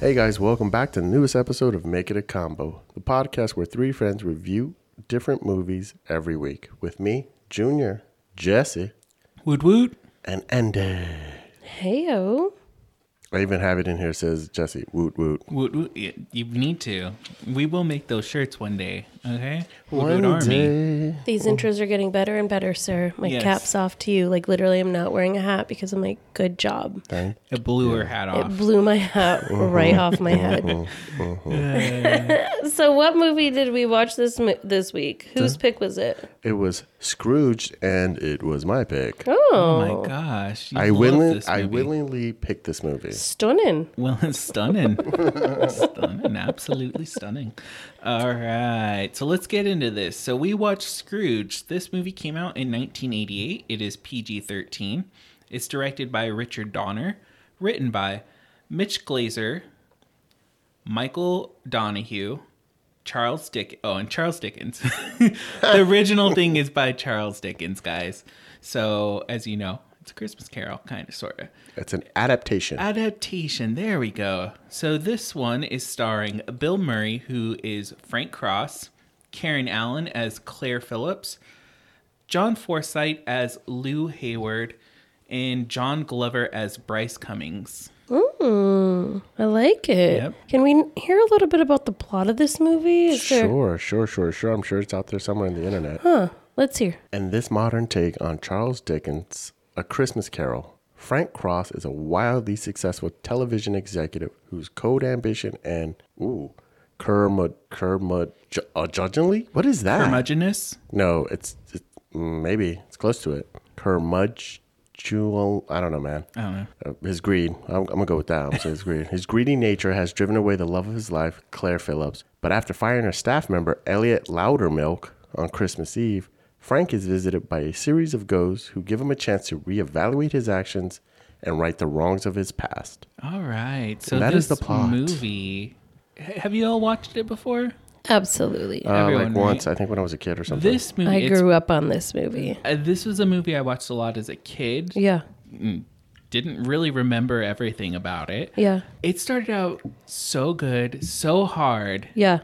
Hey guys, welcome back to the newest episode of Make It a Combo, the podcast where three friends review different movies every week. With me, Junior, Jesse, Woot woot. and Andy. Heyo. I even have it in here. It says Jesse, woot woot. Woot woot. Y- You need to. We will make those shirts one day. Okay? Woot One woot army. day. These intros are getting better and better, sir. My Oh. Yes. cap's off to you. Like literally I'm not wearing a hat because I'm like, good job. Thank It blew her hat off. It blew my hat Mm-hmm. right off my head. so what movie did we watch this mo- this week? Whose pick was it? It was Scrooge, and it was my pick. Oh, oh my gosh. You I love willingly, this I movie. willingly picked this movie. stunning. Well, it's stunning. stunning. Absolutely stunning. All right. So let's get into this. So we watched Scrooge. This movie came out in 1988. It is PG 13. It's directed by Richard Donner, written by Mitch Glazer, Michael Donahue, Charles Dick. Oh, and Charles Dickens. the original thing is by Charles Dickens, guys. So, as you know, it's a Christmas carol, kind of, sort of. It's an adaptation. Adaptation. There we go. So this one is starring Bill Murray, who is Frank Cross, Karen Allen as Claire Phillips, John Forsythe as Lou Hayward, and John Glover as Bryce Cummings. Hmm, I like it. Yep. Can we hear a little bit about the plot of this movie? Is there- Sure, sure, sure, sure. I'm sure it's out there somewhere on the internet. Let's hear. In this modern take on Charles Dickens' A Christmas Carol, Frank Cross is a wildly successful television executive whose code ambition and, ooh, curmud, curmud, ju- uh, judgingly? What is that? Curmudgeonous. No, it's, it's mm, maybe it's close to it. Curmudgeon. I don't know, man. I don't know. his greed. I'm, I'm gonna go with that. I'm gonna say his greed. His greedy nature has driven away the love of his life, Claire Phillips. But after firing her staff member Elliot Loudermilk on Christmas Eve, Frank is visited by a series of ghosts who give him a chance to reevaluate his actions and right the wrongs of his past. All right. So That this is the plot. movie. H- Have you all watched it before? Absolutely. Uh, Everyone, like right? once, I think when I was a kid or something. This movie. I it's- grew up on this movie. uh, this was a movie I watched a lot as a kid. Yeah. Didn't really remember everything about it. Yeah. It started out so good, so hard. Yeah.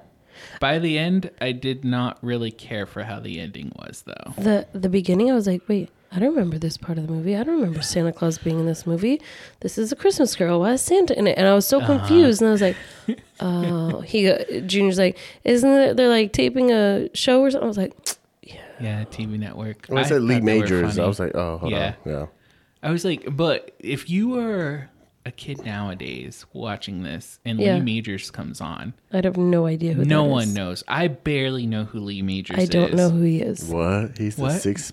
By the end, I did not really care for how the ending was, though. the the beginning i was like wait i don't remember this part of the movie i don't remember santa claus being in this movie this is a christmas carol why is santa in it and i was so Uh-huh. confused and i was like oh he junior's like isn't it they're like taping a show or something i was like Yeah, TV network. when I said thought Lee they were Majors, I funny. was like, oh, hold Yeah. on, yeah. I was like, but if you are a kid nowadays watching this and Yeah. Lee Majors comes on, i have no idea who no that one is. knows. I barely know who Lee Majors i is. don't know who he is What? He's the What? six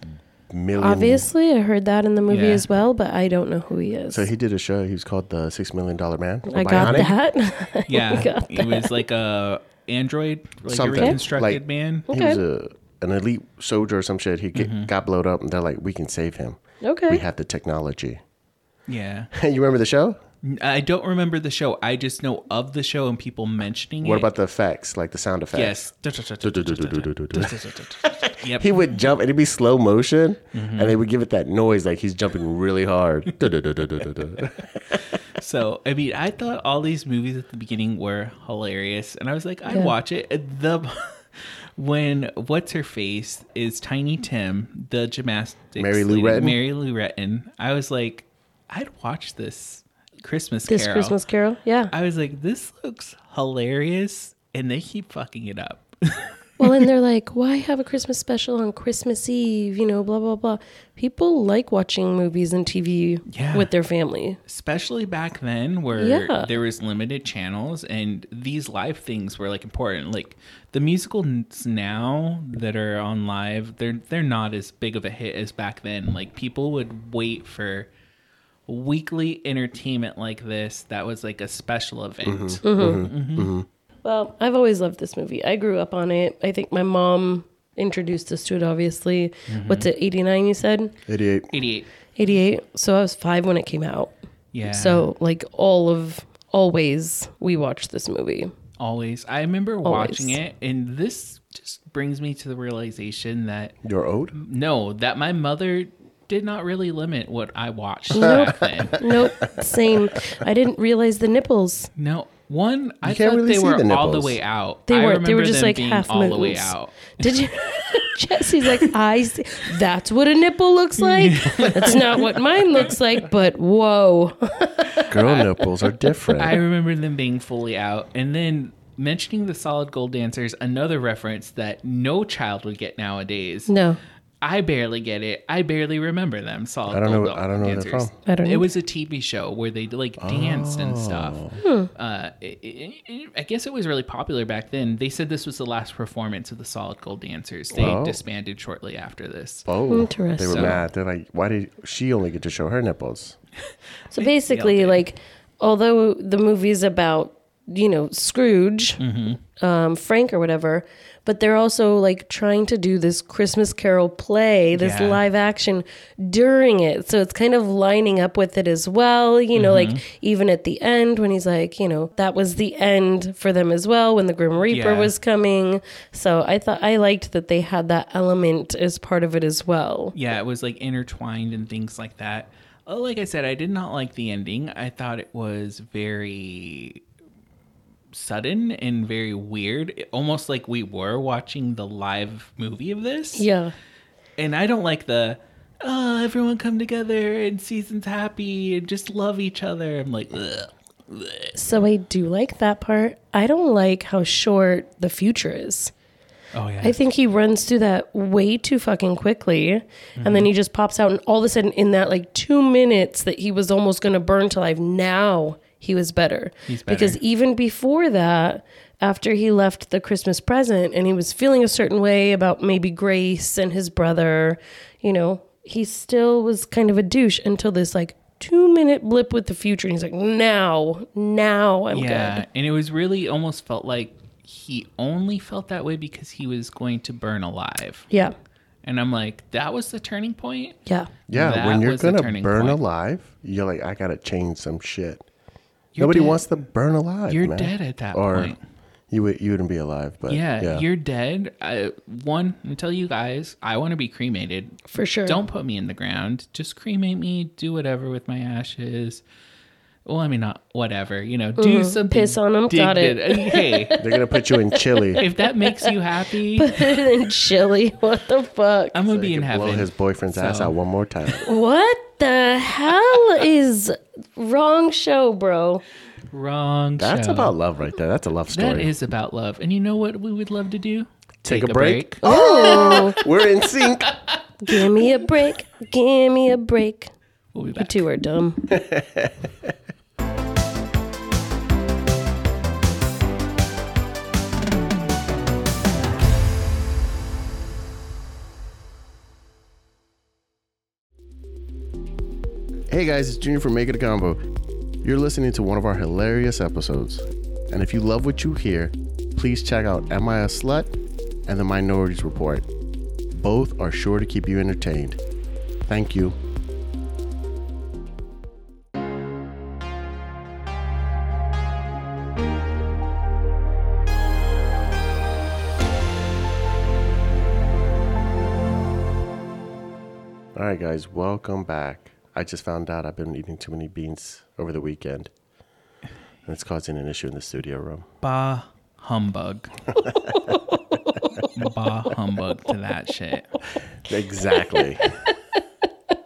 million. obviously i heard that in the movie Yeah. as well but i don't know who he is So he did a show. He was called the Six Million Dollar Man. i got Bionic? that Yeah, got it was like a android, like Something. a reconstructed Like- man. He was a, an elite soldier or some shit. He Mm-hmm. get, got blown up, and they're like, "We can save him. okay We have the technology." Yeah, you remember the show? I don't remember the show. I just know of the show and people mentioning it. What about the effects, like the sound effects? Yes. Yep. He would jump, and it'd be slow motion, Mm-hmm. and they would give it that noise, like he's jumping really hard. So, I mean, I thought all these movies at the beginning were hilarious, and I was like, I'd Yeah. watch it. The when what's her face is Tiny Tim, the gymnastics, Mary Lou lady, Retton? Mary Lou Retton. I was like, I'd watch this Christmas this Carol. christmas carol yeah I was like, this looks hilarious, and they keep fucking it up. Well, and they're like, why have a Christmas special on Christmas Eve? You know, blah, blah, blah. People like watching movies and TV Yeah. with their family. especially back then where Yeah. there was limited channels and these live things were like important like the musicals now that are on live they're they're not as big of a hit as back then like people would wait for weekly entertainment like this that was like a special event Mm-hmm. Well, I've always loved this movie. I grew up on it. I think my mom introduced us to it, obviously. Mm-hmm. What's it, 89, you said? Idiot. 88 88. So I was five when it came out. yeah So, like, all of, always, we watched this movie. always i remember watching Always. it and this just brings me to the realization that You're owed. no that my mother did not really limit what i watched back then Nope, same. I didn't realize the nipples. No, One, I can't thought really they see were the all the nipples. way out. They I weren't. They were remember just them like being half all the way moons. out. Did you? Jesse's like, I. See, that's what a nipple looks like. That's not what mine looks like. But whoa, Girl nipples are different. I remember them being fully out. And then mentioning the solid gold dancers, another reference that no child would get nowadays. no, I barely get it. I barely remember them. Solid I don't know- Gold I don't know where they're dancers. from. Oh. I don't It know. was a TV show where they like danced and stuff. Hmm. Uh, it- it- it- I guess it was really popular back then. They said this was the last performance of the Solid Gold Dancers. They Wow. disbanded shortly after this. oh, They were Interesting. mad. They're like, why did she only get to show her nipples? So basically, dude. like, although the movie's about you know Scrooge, Mm-hmm. um, Frank or whatever, but they're also like trying to do this Christmas Carol play, this Yeah. live action during it. So it's kind of lining up with it as well. You know, like Mm-hmm. even at the end when he's like, you know, that was the end for them as well when the Grim Reaper Yeah. was coming. So I thought I liked that they had that element as part of it as well. yeah, it was like intertwined and things like that. Oh, like I said, I did not like the ending. I thought it was very sudden and very weird, It- almost like we were watching the live movie of this. Yeah. And I don't like the oh, everyone come together and season's happy and just love each other. I'm like, Ugh. So I do like that part. I don't like how short the future is. oh yeah, I think he runs through that way too fucking quickly. And Mm-hmm. then he just pops out, and all of a sudden, in that like two minutes that he was almost going to burn to life, now he was better. He's Because better. even before that, after he left the Christmas present and he was feeling a certain way about maybe Grace and his brother, you know, he still was kind of a douche until this like two minute blip with the future. And he's like, now, now I'm yeah. good. And it was really almost felt like he only felt that way because he was going to burn alive. Yeah. And I'm like, that was the turning point. Yeah. Yeah, That when you're was the gonna turning burn point. alive, you're like, I gotta change some shit. You're Nobody dead. wants to burn alive. You're man. dead at that or point. You would you wouldn't be alive, but Yeah, yeah, you're dead. I, one, I'm gonna tell you guys, I want to be cremated. For sure. Don't put me in the ground. Just cremate me. Do whatever with my ashes. Well, I mean, not whatever. You know, do something. Piss on 'em, got it. digni- Hey, they're gonna put you in Chile. if that makes you happy, and chili. What the fuck? I'm gonna be in You blow heaven. his boyfriend's ass So- out one more time. What the hell is wrong show, bro? Wrong. That's show. about love right there. That's a love That story. is about love. And you know what we would love to do? Take a break. Oh, We're in sync. give me a break. Give me a break. We'll be You back. two are dumb. Hey guys, it's Junior from Make It a Combo. You're listening to one of our hilarious episodes. And if you love what you hear, please check out Am I a Slut and The Minorities Report. Both are sure to keep you entertained. Thank you. All right, guys, welcome back. I just found out I've been eating too many beans over the weekend, and it's causing an issue in the studio room. Bah humbug. bah humbug to that shit. Exactly. All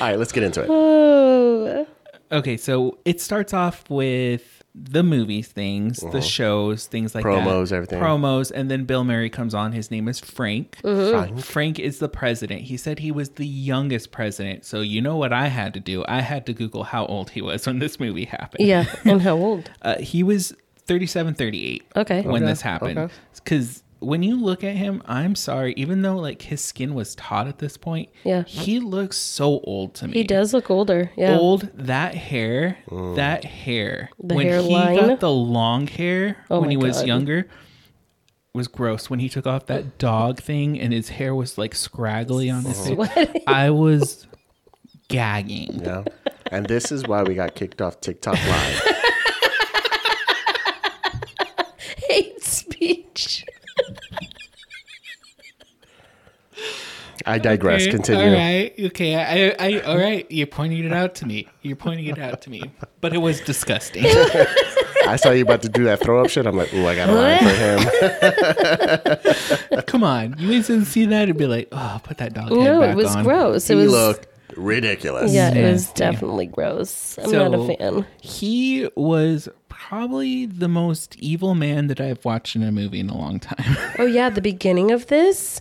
right, let's get into it. Oh, Okay, so it starts off with the movie things, the shows, things like that. Uh-huh. Promos, everything. Promos, and then Bill Murray comes on. His name is Frank. Mm-hmm. Frank. Frank is the president. He said he was the youngest president. So you know what I had to do? I had to Google how old he was when this movie happened. yeah. And how old? Uh, he was 37, 38 Okay. when Okay, this happened. okay. Because when you look at him, I'm sorry, even though like his skin was taut at this point, Yeah. he looks so old to me. He does look older. Yeah. Old that hair, that hair. The when hairline. he got the long hair Oh when my he was God. younger was gross. When he took off that dog thing and his hair was like scraggly on his face, I was gagging. Yeah. And this is why we got kicked off TikTok Live. Hate speech. I digress. Okay, Continue. All right. Okay. I, I, all right. You're pointing it out to me. You're pointing it out to me. But it was disgusting. I saw you about to do that throw up shit. I'm like, ooh, I got to line for him. Come on, you guys didn't see that and be like, oh, put that dog head no, back it was on. gross. It he was looked ridiculous. yeah, it was Nasty. definitely gross. I'm not So- a fan. He was probably the most evil man that I've watched in a movie in a long time. Oh yeah, the beginning of this.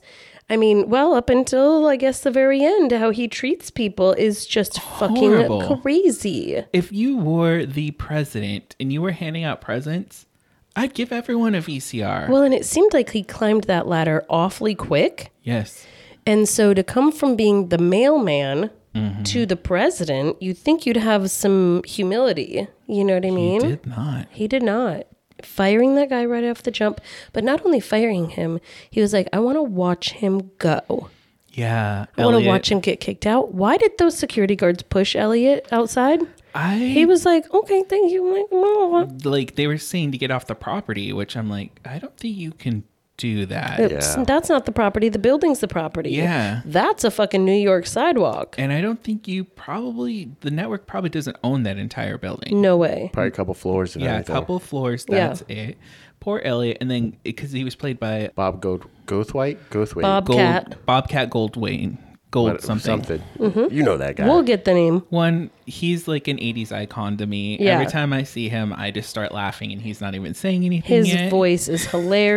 I mean, well, up until I guess the very end, how he treats people is just Horrible. fucking crazy. if you were the president and you were handing out presents, I'd give everyone a VCR. Well, and it seemed like he climbed that ladder awfully quick. yes. And so to come from being the mailman Mm-hmm. to the president, you'd think you'd have some humility. You know what I mean? Did not. He did not. Firing that guy right off the jump, but not only firing him, he was like, I want to watch him go. Yeah. I want to Elliot, watch him get kicked out. Why did those security guards push Elliot outside? I He was like, okay, thank you. I'm like, "Oh." like they were saying to get off the property, which I'm like, I don't think you can do that. It's- That's not the property. The building's the property. Yeah. That's a fucking New York sidewalk. And I don't think you probably the network probably doesn't own that entire building. No way. Probably a couple floors and yeah, everything. a couple floors. Yeah. That's it. Poor Elliot, and then because he was played by Bob Go- Gothwait? Gothwait. Bob- Gold Cat. Bobcat Goldwayne, Gold What- something. You know that guy. We'll get the name. One, he's like an '80s icon to me. Yeah. Every time I see him, I just start laughing, and he's not even saying anything. His yet. voice is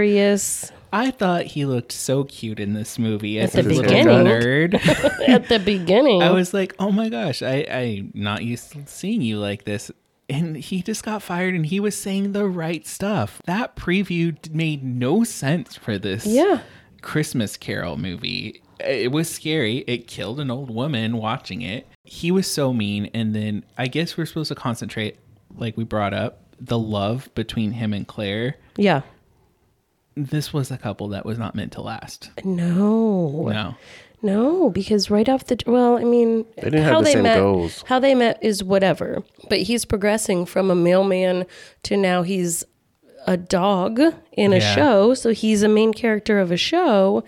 hilarious. I thought he looked so cute in this movie as the his little beginning. nerd. At the beginning, I was like, oh my gosh, I I not used to seeing you like this. And he just got fired, and he was saying the right stuff. That preview d- made no sense for this Yeah. Christmas Carol movie. It was scary. It killed an old woman watching it. He was so mean. And then I guess we're supposed to concentrate, like we brought up, the love between him and Claire. yeah. This was a couple that was not meant to last. No, No. no, because right off the well, I mean, didn't have the same met, goals. how they met is whatever. But he's progressing from a mailman to now he's a dog in a Yeah. show, so he's a main character of a show,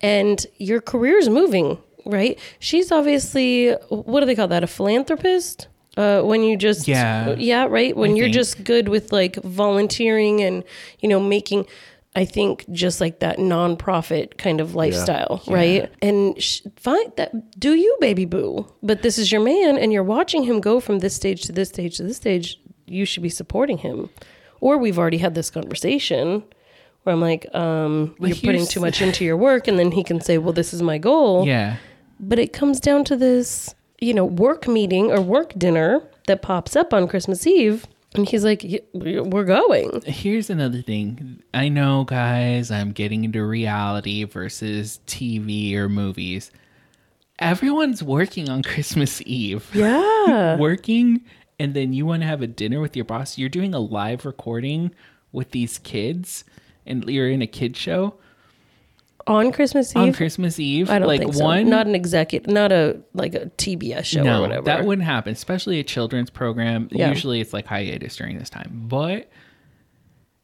and your career's moving, right? She's obviously what do they call that? A philanthropist. Uh, when you just Yeah. yeah right when I you're think. just good with like volunteering and you know making i think just like that nonprofit kind of lifestyle right and sh- fine that do you baby boo but this is your man and you're watching him go from this stage to this stage to this stage you should be supporting him or we've already had this conversation where i'm like um you're putting here's- too much into your work and then he can say well this is my goal Yeah. but it comes down to this, you know, work meeting or work dinner that pops up on Christmas Eve. And he's like, "Y- we're going. here's another thing. I know, guys, I'm getting into reality versus TV or movies. Everyone's working on Christmas Eve. Yeah. working, and then you want to have a dinner with your boss. You're doing a live recording with these kids, and you're in a kid show on Christmas Eve? on Christmas Eve. I don't like think so. one, Not an executive, not a like a TBS show or whatever. That wouldn't happen, especially a children's program. Yeah. Usually it's like hiatus during this time. But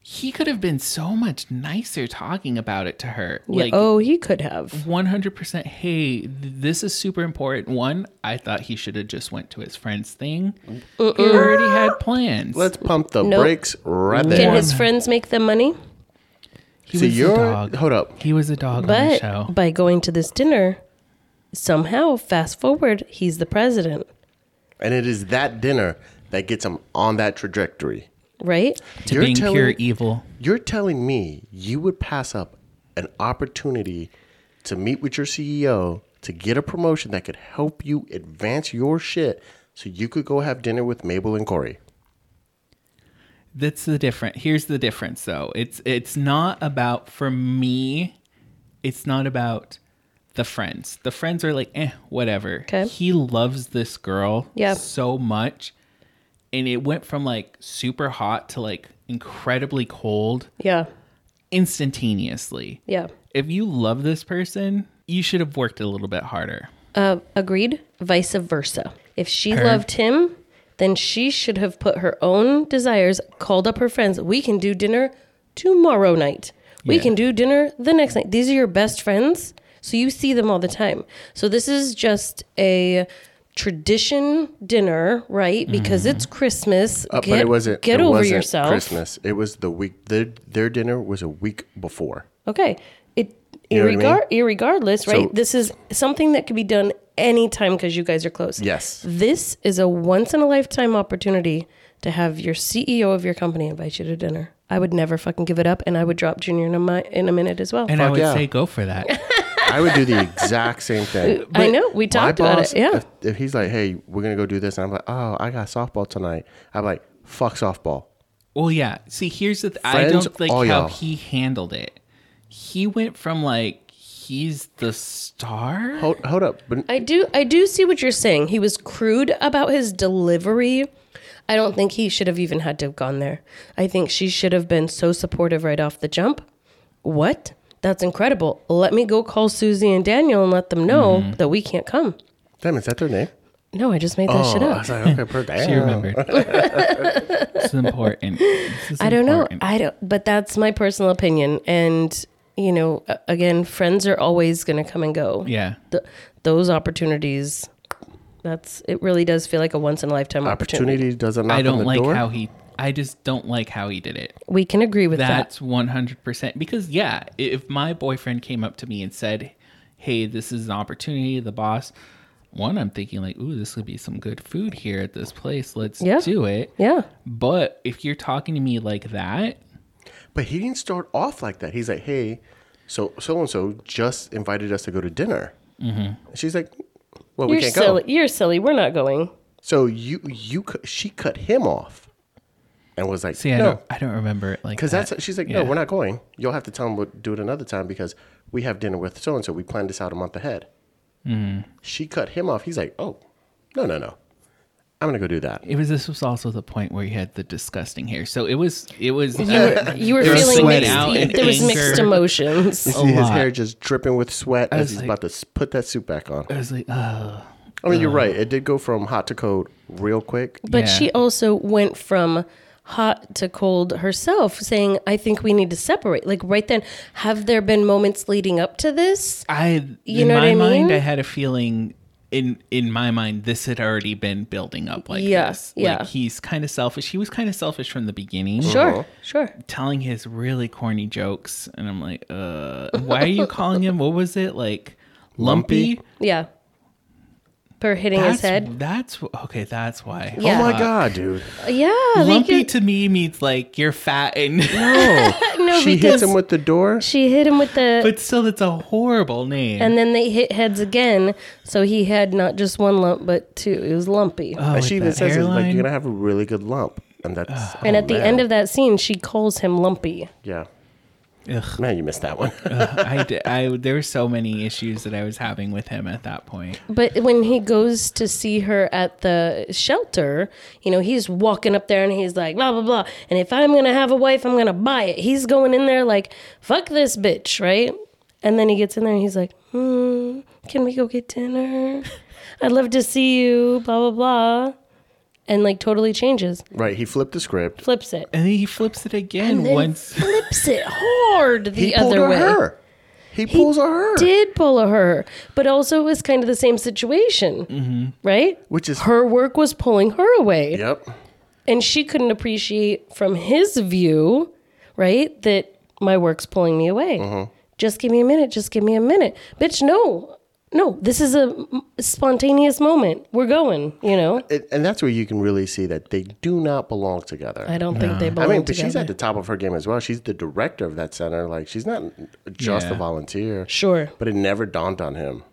he could have been so much nicer talking about it to her. Yeah, Like oh, he could have. 100% hey th- this is super important one i thought he should have just went to his friend's thing he already had plans Uh-uh. Let's pump the Nope. brakes right there. Can his friends make them money? he See, was a you're- dog hold up. he was a dog on the But show by going to this dinner, somehow, fast forward, he's the president, And it is that dinner that gets him on that trajectory. right? to you're being telling- pure evil You're telling me you would pass up an opportunity to meet with your CEO to get a promotion that could help you advance your shit so you could go have dinner with Mabel and Corey. that's the different here's the difference though it's it's not about for me it's not about the friends the friends are like eh whatever 'Kay. he loves this girl Yeah. so much and it went from like super hot to like incredibly cold Yeah. instantaneously Yeah. if you love this person you should have worked a little bit harder Uh, agreed. Vice versa. If she Her- loved him, then she should have put her own desires, called up her friends. We can do dinner tomorrow night. We Yeah. can do dinner the next night. These are your best friends. So you see them all the time. So this is just a tradition dinner, right? Because it's Christmas. Uh, but it wasn't. Get it over wasn't yourself. Christmas. It was the week. Their their dinner was a week before. Okay. It You know what I irregar- irregardless, right? So- this is something that could be done anytime because you guys are close. Yes. This is a once in a lifetime opportunity to have your CEO of your company invite you to dinner. I would never fucking give it up, and I would drop Junior in a, mi- in a minute as well. And I Fuck would yeah. say go for that. I would do the exact same thing. I know we talked about it. Yeah. If, if he's like, "Hey, we're gonna go do this," and I'm like, "Oh, I got softball tonight," I'm like, "Fuck softball." Well, yeah. See, here's the. Th- I Friends, Oh, don't like all how y'all. he handled it. He went from like he's the star. Hold, hold up, but I do I do see what you're saying. He was crude about his delivery. I don't think he should have even had to have gone there. I think she should have been so supportive right off the jump. What? That's incredible. Let me go call Susie and Daniel and let them know Mm-hmm. that we can't come. damn, is that their name? No, I just made that shit Oh, I up. was like, okay, per She damn. remembered. it's important. This is I don't know. important. I don't but that's my personal opinion and you know a- again friends are always going to come and go. Yeah. Th- those opportunities that's it really does feel like a once in a lifetime opportunity. Opportunity doesn't knock I on don't the like door. how he. I just don't like how he did it. We can agree with that. That's one hundred percent. Because yeah, i- if my boyfriend came up to me and said, "Hey, this is an opportunity," the boss. One, I'm thinking like, "Ooh, this would be some good food here at this place. Let's Yeah. do it." Yeah. But if you're talking to me like that, But he didn't start off like that. He's like, hey, so so and so just invited us to go to dinner. Mm-hmm. She's like, well, we You're can't silly. go. You're silly. We're not going. So you you cu- she cut him off, and was like, see, I no, don't, I don't remember it like because that. that's she's like, yeah. no, we're not going. You'll have to tell him we'll do it another time because we have dinner with so and so. We planned this out a month ahead. Mm-hmm. She cut him off. He's like, oh, no, no, no, I'm gonna go do that. It was. This was also the point where you had the disgusting hair. So it was. It was. You were, uh, you were there was feeling sweat mixed. out and there was anger. mixed emotions. See his lot. hair just dripping with sweat as was he's like- about to s- put that suit back on. I was like, oh, I mean, you're right. It did go from hot to cold real quick. But Yeah. she also went from hot to cold herself, saying, "I think we need to separate." Like right then, have there been moments leading up to this? I. You in know what my I mind, mean? I had a feeling. In in my mind, this had already been building up like Yeah, this. yeah. Like he's kind of selfish. He was kind of selfish from the beginning. Sure, Uh-huh. sure. Telling his really corny jokes, and I'm like, uh, why are you calling him? What was it like? Lumpy. Yeah. For hitting That's, his head. That's okay. That's why. Yeah. Oh my Fuck. god, dude! Yeah. Lumpy Lumpy to me means like you're fat and Oh, no, she because hits him with the door. she hit him with the. but still that's a horrible name. and then they hit heads again, so he had not just one lump, but two. It was lumpy. Oh, and with she even that says, it's like, hairline. you're gonna have a really good lump, and that's. and oh, at the man. end of that scene, she calls him lumpy. yeah, Ugh, man, you missed that one. I, d- I- there were so many issues that I was having with him at that point. But when he goes to see her at the shelter, you know, he's walking up there and he's like, blah, blah, blah. And if I'm going to have a wife, I'm going to buy it. He's going in there like, fuck this bitch, right? And then he gets in there and he's like, hmm, can we go get dinner? I'd love to see you, blah, blah, blah. And like totally changes, right, he flipped the script. flips it. And then he flips it again And then once. flips it hard the He pulled other a way. her. He pulls a her, Did pull a her, but also it was kind of the same situation, right? Mm-hmm. which is her work was pulling her away Yep. and she couldn't appreciate from his view right that my work's pulling me away Uh-huh. just give me a minute just give me a minute bitch no no this is a m- spontaneous moment we're going you know It, and that's where you can really see that they do not belong together. i don't think they I belong mean, but together she's at the top of her game as well. She's the director of that center. Like, she's not just a Yeah. volunteer. sure But it never dawned on him,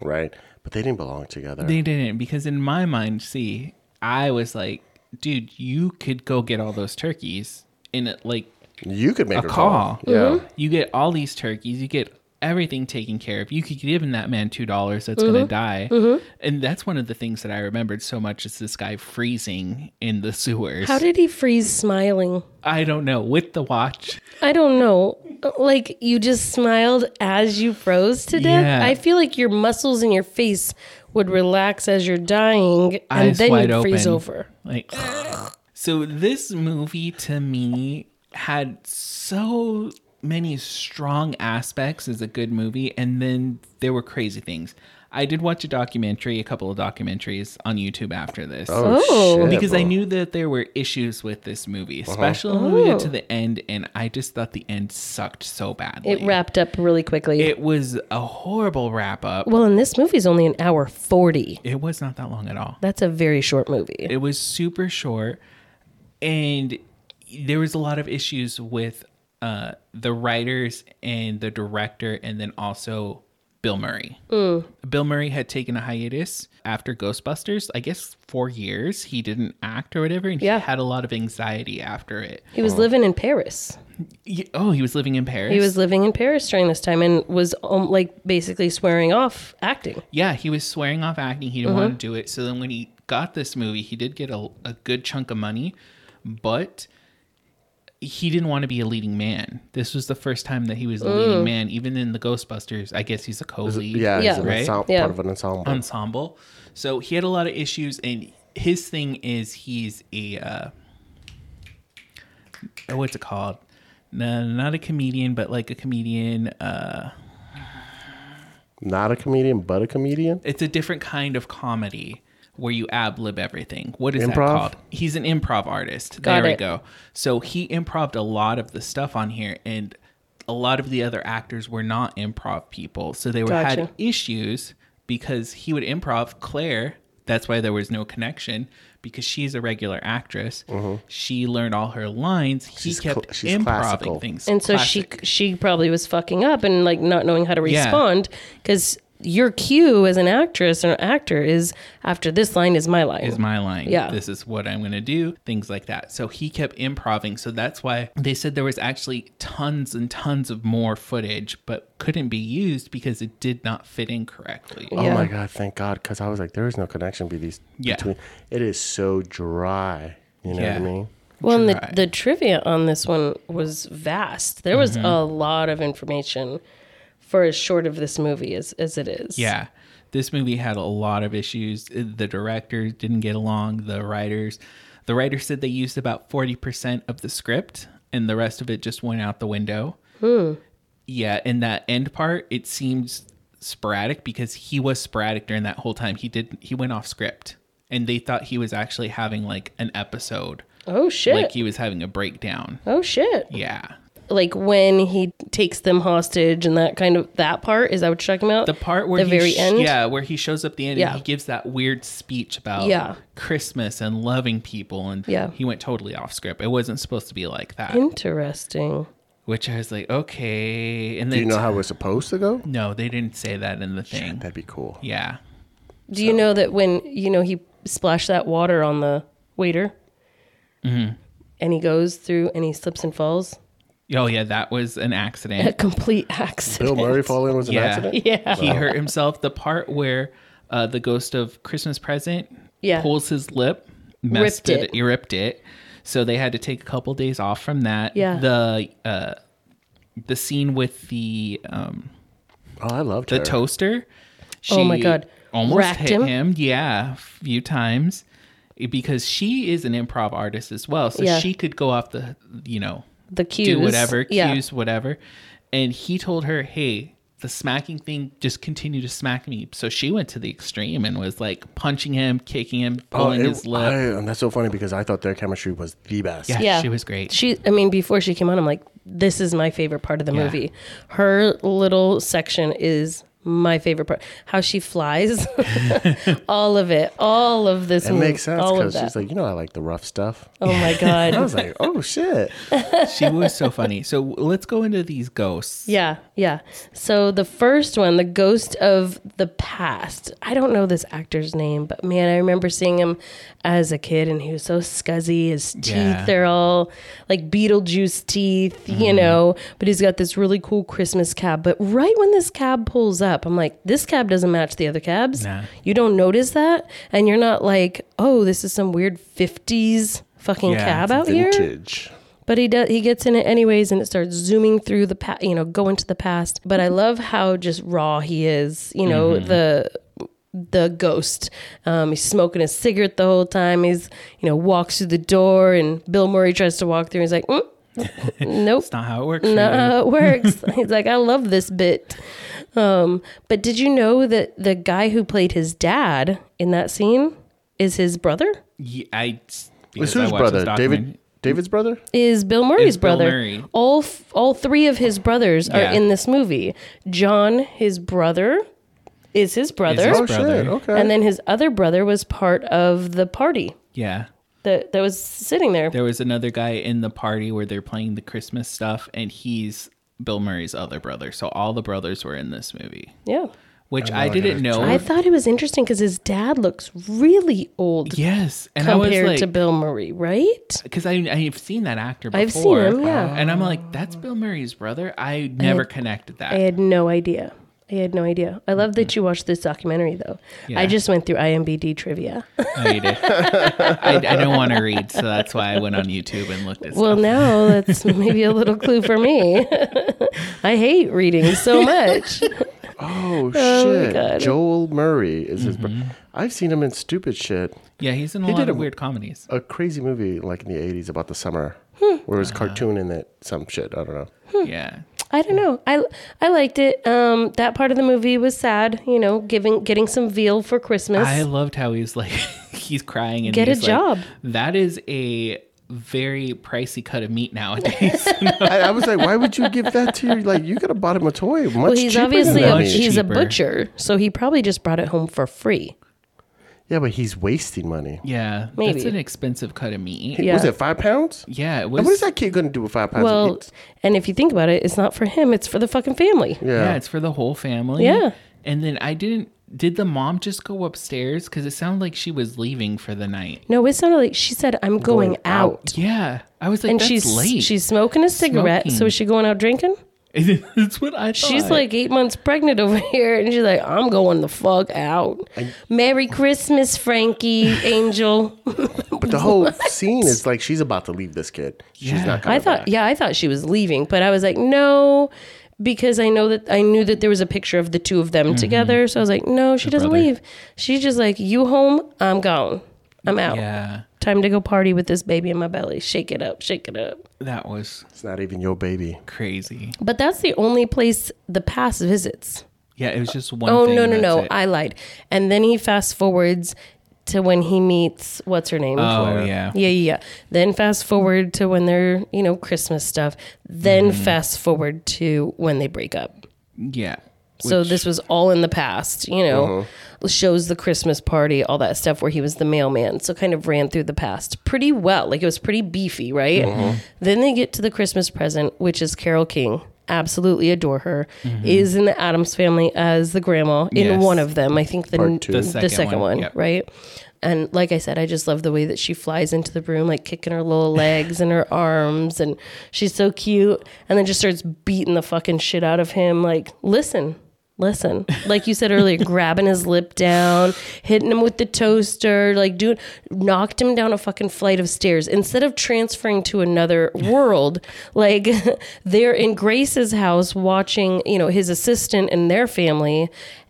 right? But they didn't belong together. They didn't because in my mind, see, I was like, dude, you could go get all those turkeys and it, like you could make a, a call. Yeah. Mm-hmm. You get all these turkeys. You get everything taken care of. You could give that man two dollars. That's Mm-hmm. gonna die. And that's one of the things that I remembered so much is this guy freezing in the sewers. how did he freeze smiling I don't know with the watch. i don't know like you just smiled as you froze to death Yeah. i feel like your muscles in your face would relax as you're dying and Eyes then wide you'd freeze open. over Like, so this movie to me had so many strong aspects as a good movie, and then there were crazy things. I did watch a documentary, a couple of documentaries on YouTube after this. Oh. shit, because I bro. knew that there were issues with this movie, especially when we Oh. get to the end, and I just thought the end sucked so badly. It wrapped up really quickly. It was a horrible wrap up. well, and this movie's only an hour 40. It was not that long at all. That's a very short movie. It was super short, and there was a lot of issues with uh, the writers and the director, and then also Bill Murray. Bill Murray had taken a hiatus after Ghostbusters, I guess four years. He didn't act or whatever, and Yeah. he had a lot of anxiety after it. He was living in Paris. Ye- Oh, he was living in Oh. Paris. He was living in Paris during this time and was um, like basically swearing off acting. Yeah, he was swearing off acting. He didn't want to do it. So then when he got this movie, he did get a, a good chunk of money, but he didn't want to be a leading man. This was the first time that he was a leading man, even in the Ghostbusters. I guess he's a co lead Yeah, Yeah. It's an Right? Um, ensemble, Yeah. part of an ensemble. ensemble. So he had a lot of issues, and his thing is he's a uh, oh, what's it called? No, not a comedian, but like a comedian. Uh, Not a comedian, but a comedian. It's a different kind of comedy where you ad lib everything. What is that Improv? called? He's an improv artist. Got there we it. go. So he improved a lot of the stuff on here, and a lot of the other actors were not improv people, so they were had Gotcha. issues because he would improv Claire. That's why there was no connection because she's a regular actress. She learned all her lines. He Mm-hmm. She's kept cl- she's improving classical. things. And so Classic. she she probably was fucking up and like not knowing how to Yeah. respond because your cue as an actress or actor is after this line is my line. is my line. Yeah. This is what I'm going to do, things like that. So he kept improving. So that's why they said there was actually tons and tons of more footage, but couldn't be used because it did not fit in correctly. Oh my Yeah. god, thank God, because I was like, there is no connection be these Yeah. between. It is so dry. You know Yeah. what I mean? Well, and the, Right. the trivia on this one was vast. There was Mm-hmm. a lot of information for as short of this movie as, as it is. Yeah. This movie had a lot of issues. Uh, The director didn't get along, the writers. The writer said they used about 40% of the script and the rest of it just went out the window. Yeah, and that end part, it seems sporadic because he was sporadic during that whole time. He did he went off script and they thought he was actually having like an episode. Oh shit. Like he was having a breakdown. oh shit. Yeah. Like when he takes them hostage and that kind of that part is that what you're talking about? The part where the he very sh- end. yeah, where he shows up the end Yeah. and he gives that weird speech about Yeah. Christmas and loving people, and Yeah. he went totally off script. It wasn't supposed to be like that, Interesting. which I was like, okay. And Do then you know how we're supposed to go? no, they didn't say that in the thing. That'd be cool. yeah, Do you know that when you know he splashed that water on the waiter, Mm-hmm. and he goes through and he slips and falls? oh yeah, that was an accident. A complete accident. Bill Murray falling was an Yeah. accident. Yeah. he hurt himself. The part where uh, the ghost of Christmas Present Yeah. pulls his lip, messed Ripped it, it. he ripped it. So they had to take a couple days off from that. Yeah. The uh, the scene with the um, Oh, I loved the her. toaster. Oh my she God. Almost Racked hit him? him. Yeah, a few times because she is an improv artist as well, so Yeah. she could go off the you know The cues. do whatever, Yeah. cues, whatever. And he told her, hey, the smacking thing, just continue to smack me. So she went to the extreme and was like punching him, kicking him, Oh, pulling it- his lip. I- and that's so funny because I thought their chemistry was the best. yeah, Yeah. she was great. She, I mean, before she came on, I'm like, this is my favorite part of the Yeah. movie. Her little section is my favorite part. How she flies, all of it, all of this. It movie, makes sense all of because that. she's like, you know, I like the rough stuff. oh my I god, was like, oh shit. she was so funny. So let's go into these ghosts. yeah, yeah. So the first one, the ghost of the past. I don't know this actor's name, but man, I remember seeing him as a kid, and he was so scuzzy. His teeth Yeah. Mm-hmm. are all like Beetlejuice teeth, you know, but he's got this really cool Christmas cab. But right when this cab pulls up, I'm like, this cab doesn't match the other cabs. Nah. You don't notice that. And you're not like, oh, this is some weird 50s fucking Yeah, cab it's out here. Vintage. But he does he gets in it anyways and it starts zooming through the past, you know, going to the past. But I love how just raw he is, you know, the the ghost. Um, he's smoking a cigarette the whole time. He's, you know, walks through the door and Bill Murray tries to walk through. He's like, mm, nope, It's not how it works. for not how it works. he's like, I love this bit. Um, but did you know that the guy who played his dad in that scene is his brother? Yeah, I. It's because I whose watched this brother? David. documentary- David?'s brother? Is Bill Murray's Bill brother. Murray. All f- all three of his brothers are Yeah. in this movie. John, his brother, is his brother, his Oh shit! brother. Okay. and then his other brother was part of the party Yeah. that that was sitting there. There was another guy in the party where they're playing the Christmas stuff, and he's Bill Murray's other brother. So all the brothers were in this movie, Yeah. which I, didn't know. I thought it was interesting because his dad looks really old yes, and I was compared like, to Bill Murray, right? because I I've seen that actor before. I've seen him, yeah. And I'm like, that's Bill Murray's brother. I never connected that. I had no idea. I had no idea. I love that you watched this documentary, though. I just went through IMBD trivia. I, hate it. I, I don't want to read, so that's why I went on YouTube and looked at. stuff. Well, now that's maybe a little clue for me. I hate reading so much. Oh my shit! God. Joel Murray is his. Bro- Mm-hmm. I've seen him in stupid shit. yeah, he's in a He lot did of a- weird comedies. A crazy movie like in the '80s about the summer, Hmm. where it was Uh-huh. cartoon in it. Some shit. I don't know. Yeah, I don't know. I I liked it. Um, that part of the movie was sad. You know, giving getting some veal for Christmas. I loved how he's like he's crying and Get a he's like, job. That is a very pricey cut of meat nowadays. I, I was like, why would you give that to your like? You could have bought him a toy. Much well, he's cheaper obviously than a, that. Much he's a cheaper. butcher, so he probably just brought it home for free. yeah, but he's wasting money. yeah, Maybe. that's an expensive cut of meat. Yeah. Was it five pounds? Yeah, it was. And What is that kid gonna do with five pounds? of Well, meat? and if you think about it, it's not for him; it's for the fucking family. yeah. Yeah, it's for the whole family. Yeah. and then I didn't. Did the mom just go upstairs? Because it sounded like she was leaving for the night. No, it sounded like she said, "I'm going, Going out. out. Yeah, I was like, and that's she's late. she's smoking a cigarette. So Smoking. is she going out drinking? that's what I thought. She's like eight months pregnant over here, and she's like, "I'm going the fuck out." Merry Christmas, Frankie Angel. But the whole scene is like she's about to leave this kid. She's Yeah. not. Coming I thought, yeah, I thought she was leaving, but I was like, no, because I know that I knew that there was a picture of the two of them together. So I was like, no, she doesn't Mm-hmm. brother. leave. She's just like, you home, I'm gone, I'm out. yeah, Time to go party with this baby in my belly. Shake it up, shake it up. that was It's not even your baby. crazy. But that's the only place the past visits. Yeah, it was just one. Oh thing, no and no that's no! it. I lied. And then he fast forwards to when he meets what's her name. oh yeah. Yeah, yeah, yeah. Then fast forward to when they're you know Christmas stuff. Then Mm-hmm. fast forward to when they break up. Yeah. so this was all in the past. You know, Uh-huh. shows the Christmas party, all that stuff where he was the mailman. So kind of ran through the past pretty well. Like it was pretty beefy, right? Uh-huh. Then they get to the Christmas present, which is Carol King. Absolutely adore her. Mm-hmm. Is in the Adams family as the grandma in Yes. one of them. I think the Part two. the The second, second one, one, yep. right? And like I said, I just love the way that she flies into the room, like kicking her little legs and her arms, and she's so cute. And then just starts beating the fucking shit out of him. Like, listen, listen. Like you said earlier, grabbing his lip down, hitting him with the toaster, like dude, knocked him down a fucking flight of stairs. Instead of transferring to another world, like they're in Grace's house watching, you know, his assistant and their family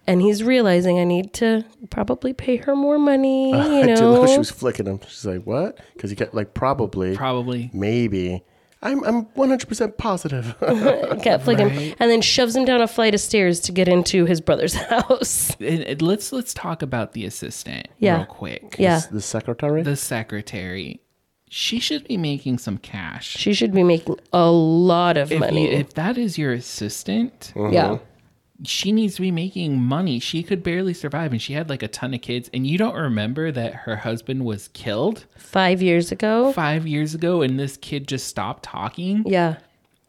and he's realizing I need to probably pay her more money. You I did know she know, was flicking him. She's like, what? Because he kept like probably, probably maybe. I'm I'm 100 percent positive. kept flicking, and then shoves him down a flight of stairs to get into his brother's house. and, and let's let's talk about the assistant Yeah. real quick. Yeah, the secretary. The secretary, she should be making some cash. she should be making a lot of If, money. you- uh-huh. if that is your assistant, yeah, she needs to be making money. She could barely survive, and she had like a ton of kids. And you don't remember that her husband was killed five years ago. five years ago, and this kid just stopped talking, Yeah,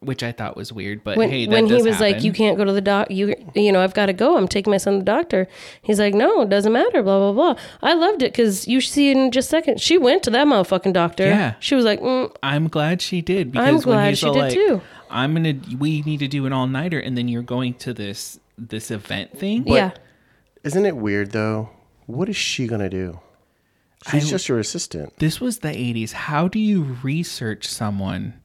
which I thought was weird. But when hey, that when he does was like, happen. "You can't go to the doc. You you know, I've got to go. I'm taking my son to the doctor." He's like, "No, it doesn't matter." Blah blah blah. I loved it because you see in just seconds she went to that motherfucking doctor. Yeah. she was like, mm, I'm glad she did because I'm when glad he's she all did like, too. I'm gonna we need to do an all nighter and then you're going to this this event thing. "Yeah." Isn't it weird though? What is she gonna do? She's just your assistant. This was the eighties. How do you research someone?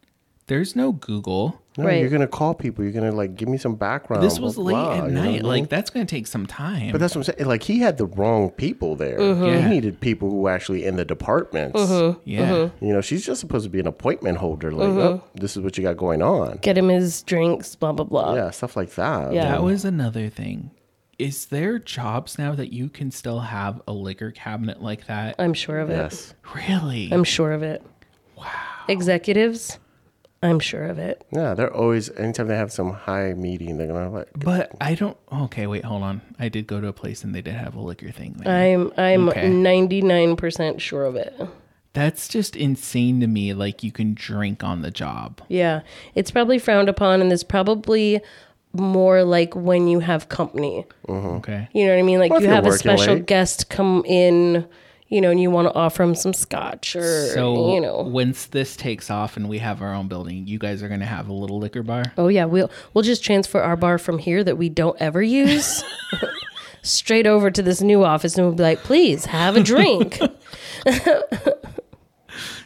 There's no Google. No, Right. you're gonna call people. You're gonna like give me some background. This was blah, late blah, at Oh, you know what I night. mean? Like that's going to take some time. But that's what I'm saying. Like he had the wrong people there. Mm-hmm. Yeah. He needed people who were actually in the departments. Uh-huh. yeah. You know, she's just supposed to be an appointment holder. Like, Mm-hmm. oh, this is what you got going on. Get him his drinks, blah blah Uh, blah. Yeah, stuff like that. Yeah. That was another thing. Is there jobs now that you can still have a liquor cabinet like that? I'm sure of it. Yes. Really? I'm sure of it. Wow. Executives, I'm sure of it. Yeah, they're always anytime they have some high meeting, they're gonna like but I don't. Okay, wait, hold on. I did go to a place and they did have a liquor thing. There. I'm I'm Okay. 99% sure of it. That's just insane to me. Like you can drink on the job. Yeah. It's probably frowned upon and there's probably more like when you have company. Okay. You know what I mean? Like Well, if you you're have a working special late. guest come in, you know, and you want to offer him some scotch or So you know. once this takes off and we have our own building, you guys are gonna have a little liquor bar. Oh yeah, we'll we'll just transfer our bar from here that we don't ever use straight over to this new office and we'll be like, "Please have a drink."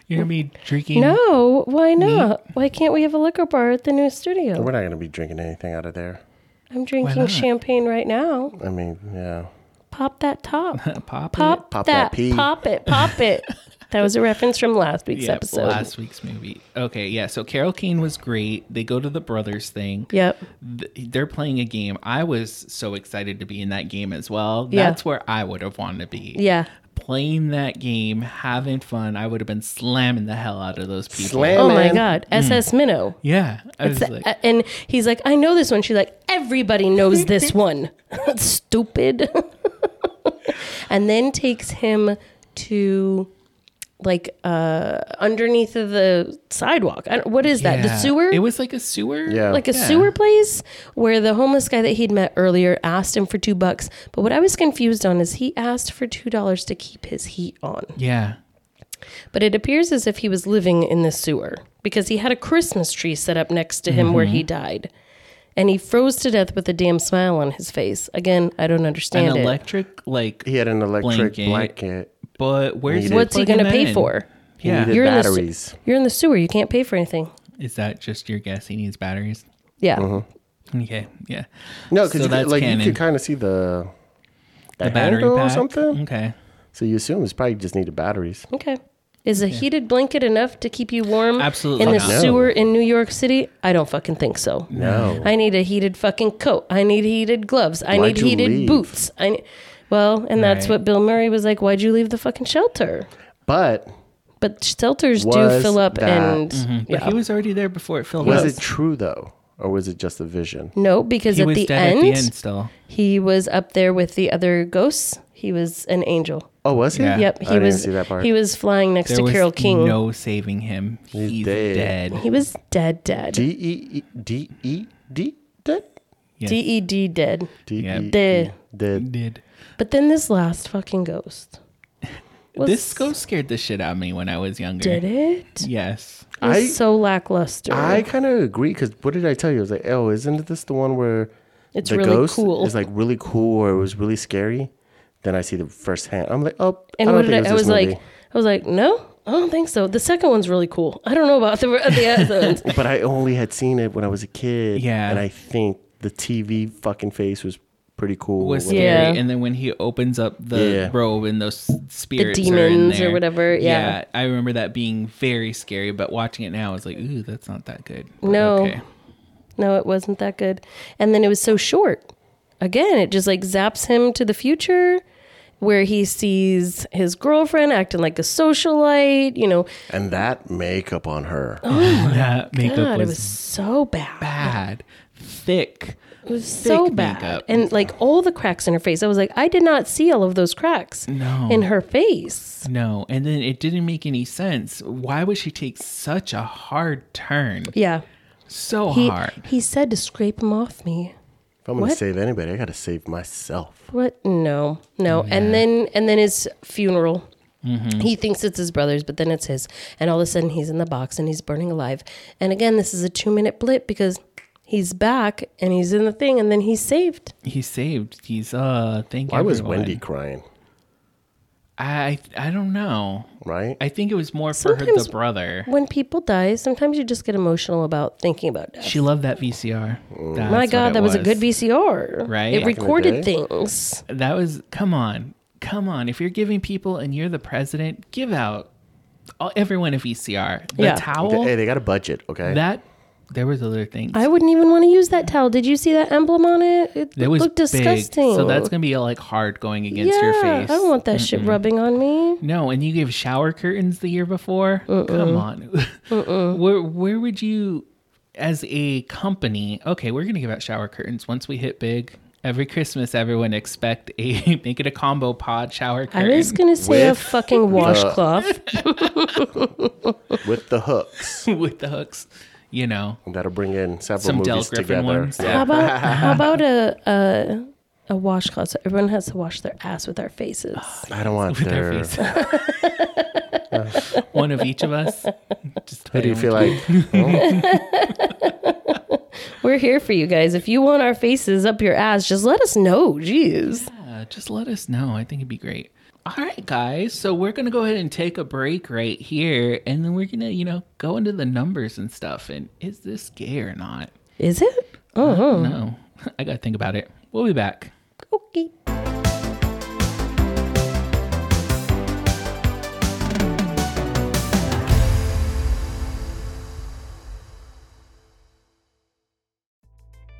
You're gonna be drinking. No, why Hmm? not? Why can't we have a liquor bar at the new studio? we're not gonna be drinking anything out of there. I'm not? drinking champagne right now. I mean, yeah. Pop that top. Pop. it. Pop, Pop that that. pee. Pop it. Pop it. that was a reference from last week's Yep, episode. last week's movie. Okay, yeah. So Carol Kane was great. They go to the brothers thing. Yep. Th- They're playing a game. I was so excited to be in that game as well. Yeah. That's where I would have wanted to be. Yeah. Playing that game, having fun. I would have been slamming the hell out of those people. Slam- Oh my man. God. SS Minnow. Yeah. I was It's Hmm. uh, like, a- and he's like, I know this one. She's like, everybody knows this one. Stupid. and then takes him to like uh underneath of the sidewalk. I don't, what is that? The yeah. sewer? It was like a sewer. Yeah. like a Yeah. sewer place where the homeless guy that he'd met earlier asked him for two bucks. But what I was confused on is he asked for two dollars to keep his heat on. Yeah. But it appears as if he was living in the sewer because he had a Christmas tree set up next to him where he Mm-hmm. died. And he froze to death with a damn smile on his face. Again, I don't An understand it. electric, like, He had an electric Blanket. blanket. but where's Needed. What's he going to pay for? He Yeah. needed You're in the s- batteries. You're in the sewer. You can't pay for anything. Is that just your guess? He needs batteries. Yeah. Mm-hmm. Okay. Yeah. no, because So you could, that's like canon. you could kind of see the the, The battery handle pack. Mm-hmm. or something. Okay. So you assume it's probably just needed batteries. Okay. Is a heated blanket enough to keep you warm Absolutely in the not. No. sewer in New York City? I don't fucking think so. No. I need a heated fucking coat. I need heated gloves. I Why'd need you heated leave? boots. I ne- well, and that's Right. what Bill Murray was like. Why'd you leave the fucking shelter? But But shelters do Was fill up, that- and Mm-hmm. But yeah. he was already there before it filled was up. it true though, or was it just a vision? no, because he at was the, dead end, at the end still. he was up there with the other ghosts. He was an angel. Oh, was he? Yeah. Yep, I he didn't was. see that part. He was flying next There to was Carol King. no saving him. He's, dead. dead. He was dead, dead. D E E D E D dead. Yeah. D E D dead. D Yeah. E Dead. dead. Did. But then this last fucking ghost. Was, This ghost scared the shit out of me when I was younger. did it. Yes. It was I- so lackluster. I kind of agree because what did I tell you? I was like, oh, isn't this the one where It's the really ghost cool. is like really cool or it was really scary? Then I see the first hand. I'm like, oh, and I what don't did think I, I it was was this movie. like? I was like, no, I don't think so. The second one's really cool. I don't know about the the other ones. but I only had seen it when I was a kid. Yeah. and I think the TV fucking face was pretty cool. Was Whatever. scary. Yeah. And then when he opens up the Yeah. robe and those spirits are in demons or there. whatever, yeah. I remember that being very scary, but watching it now I was like, ooh, that's not that good. But No. Okay. No, it wasn't that good. And then it was so short. Again, it just like zaps him to the future where he sees his girlfriend acting like a socialite, you know. and that makeup on her. that makeup God, was, it was so bad. bad. Thick. It was so thick bad. makeup. And like all the cracks in her face. I was like, I did not see all of those cracks No. in her face. No, and then it didn't make any sense. Why would she take such a hard turn? Yeah. So He, hard. he said to scrape them off me. If I'm gonna What? save anybody, I gotta save myself. What? No, no. Mm, And then and then his funeral. Mm-hmm. He thinks it's his brother's, but then it's his. And all of a sudden, he's in the box and he's burning alive. And again, this is a two minute blip because he's back and he's in the thing, and then he's saved. He saved. He's uh. Thank. Why was everyone. Wendy crying? I I don't know. right? I think it was more for her, Sometimes- the brother. When people die, sometimes you just get emotional about thinking about death. She loved that VCR. Mm. That's My what God, it that was. a good VCR. Right? Back It in the recorded day. things. That was come on, come on. If you're giving people and you're the president, give out all, everyone a VCR. The Yeah. towel hey, they got a budget, okay? that there was other things. I wouldn't even want to use that towel. Did you see that emblem on it? It It was looked disgusting. Big, so that's gonna be like hard going against yeah, your face. I don't want that shit rubbing on me. No, and you gave shower curtains the year before. Uh-uh. Come on, where where would you, as a company? Okay, we're gonna give out shower curtains once we hit big. Every Christmas, everyone expect a make it a combo pod shower curtain. I was gonna say a With fucking washcloth. With the hooks. with the hooks, you know, That'll bring in several some Del movies Griffin together. ones. How about how about a a, a washcloth? So everyone has to wash their ass with their faces. I don't want With their. our face. One of each of us. Just Who do you feel like? We're here for you guys. If you want our faces up your ass, just let us know. Jeez. Yeah, Uh, just let us know. I think it'd be great. All right, guys. So we're gonna go ahead and take a break right here, and then we're gonna, you know, go into the numbers and stuff. And is this gay or not? Is it? Oh, No, I gotta think about it. We'll be back. okay.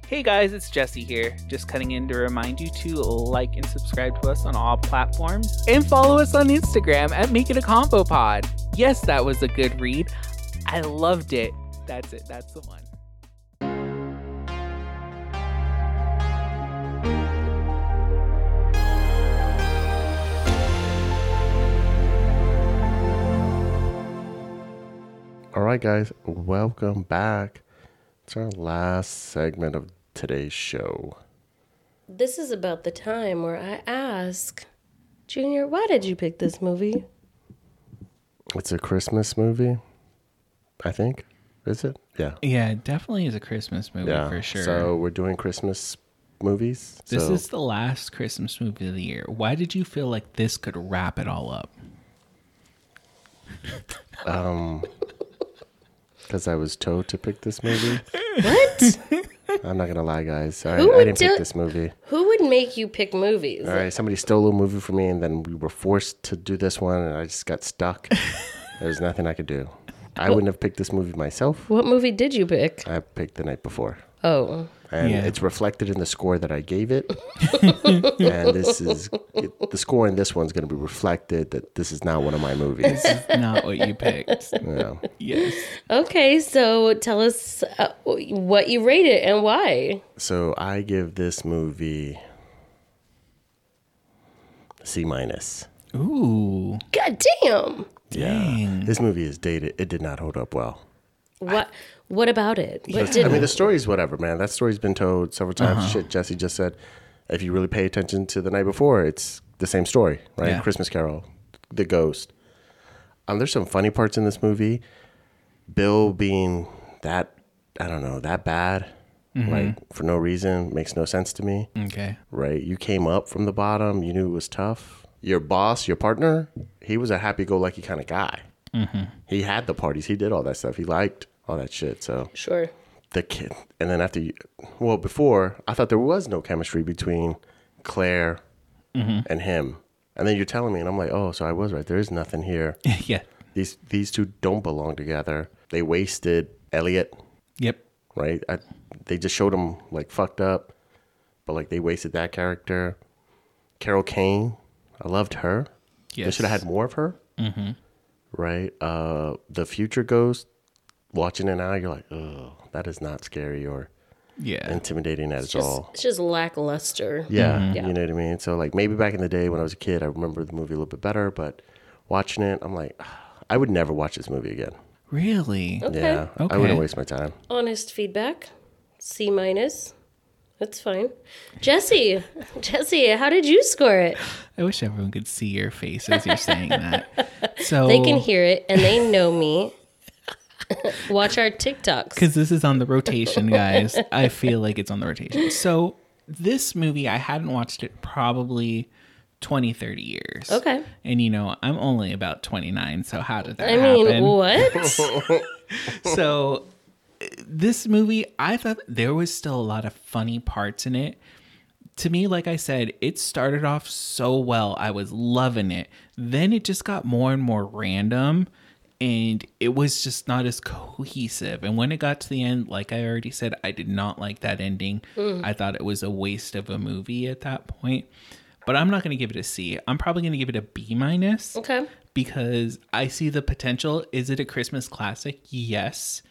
Hey guys, it's Jesse here. Just cutting in to remind you to like and subscribe to us on all platforms and follow us on Instagram at Make It a Combo Pod. Yes, that was a good read. I loved it. That's it. That's the one. All right, guys, welcome back. It's our last segment of today's show. This is about the time where I ask, Junior, why did you pick this movie? It's a Christmas movie, I think. Is it? Yeah. Yeah, it definitely is a Christmas movie Yeah. for sure. So we're doing Christmas movies. This so is the last Christmas movie of the year. Why did you feel like this could wrap it all up? because I was told to pick this movie. What? I'm not gonna lie, guys. I, Who I would didn't pick do- this movie. Who would make you pick movies? All right, somebody stole a movie from me, and then we were forced to do this one, and I just got stuck. There's nothing I could do. I wouldn't have picked this movie myself. What movie did you pick? I picked the night before, Oh, and Yeah. it's reflected in the score that I gave it. and this is it, the score in this one's going to be reflected that this is not one of my movies. Not what you picked. Yeah. yes. okay. So tell us uh, what you rate it and why. So I give this movie C minus. Ooh. God damn. Yeah, this movie is dated. It did not hold up well. What? What about it? What did? I mean, the story's whatever, man. That story's been told several times. Shit, Jesse just said. If you really pay attention to the night before, it's the same story, right? Yeah. Christmas Carol, The Ghost. Um, there's some funny parts in this movie. Bill being that, I don't know, that bad, like for no reason, makes no sense to me, Okay. right? You came up from the bottom. You knew it was tough. Your boss, your partner, he was a happy-go-lucky kind of guy. He had the parties. He did all that stuff. He liked all that shit. So sure. the kid and then after you well before i thought there was no chemistry between claire and him and then you're telling me and i'm like oh so i was right there is nothing here yeah. these these two don't belong together they wasted elliot Yep. right I, they just showed him like fucked up but like they wasted that character carol kane i loved her they Yes. should have had more of her mm-hmm. right uh the future ghost watching it now you're like oh that is not scary or Yeah. intimidating at Just, all. it's just lackluster. Yeah, Mm-hmm. Yeah. you know what I mean. So like maybe back in the day when I was a kid, I remember the movie a little bit better. But watching it, I'm like, I would never watch this movie again. really? Okay. Yeah, I Okay. wouldn't waste my time. Honest feedback. C minus. That's fine. Jesse, Jesse, how did you score it? I wish everyone could see your face as you're saying that. So They can hear it and they know me. Watch our TikToks. because this is on the rotation, guys. I feel like it's on the rotation. So this movie, I hadn't watched it probably 20, 30 years. Okay. And you know, I'm only about 29, so how did that I happen? mean, what? so this movie i thought there was still a lot of funny parts in it to me like i said it started off so well i was loving it then it just got more and more random and it was just not as cohesive and when it got to the end like i already said i did not like that ending i thought it was a waste of a movie at that point but i'm not going to give it a c i'm probably going to give it a b minus okay. because I see the potential. Is it a Christmas classic? Yes.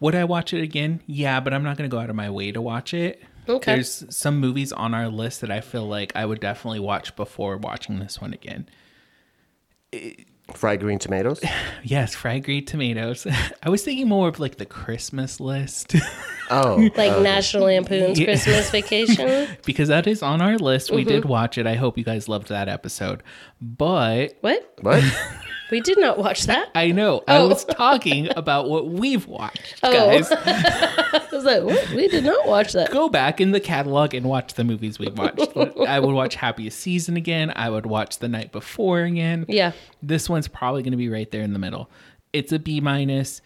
Would I watch it again? Yeah, but I'm not going to go out of my way to watch it. Okay. There's some movies on our list that I feel like I would definitely watch before watching this one again. Fried green tomatoes. Yes, fried green tomatoes. I was thinking more of like the Christmas list Oh, Like National Lampoon's Yeah. Christmas Vacation. because that is on our list. We Mm-hmm. did watch it. I hope you guys loved that episode. But What? what? We did not watch that. I know I Oh. was talking about what we've watched, Oh. guys. I was like, what? We did not watch that. go back in the catalog and watch the movies we've watched. I would watch Happiest Season again. I would watch The Night Before again. Yeah. This one's probably going to be right there in the middle. It's a B minus.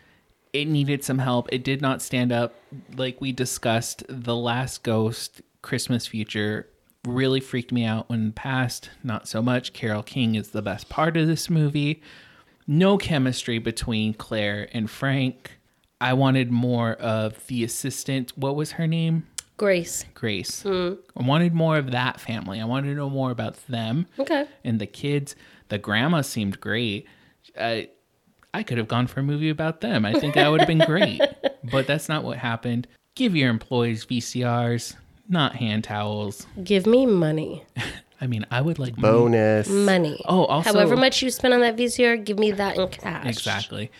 It needed some help. It did not stand up. Like we discussed, The Last Ghost, Christmas Future really freaked me out when passed. Not so much. Carol King is the best part of this movie. No chemistry between Claire and Frank. I wanted more of the assistant. What was her name? Grace. Grace. I wanted more of that family. I wanted to know more about them Okay. and the kids. The grandma seemed great. I, I could have gone for a movie about them. I think that would have been great, but that's not what happened. Give your employees VCRs, not hand towels. Give me money. I mean, I would like money. Bonus. Money. Oh, also- However much you spend on that VCR, give me that in cash. Exactly.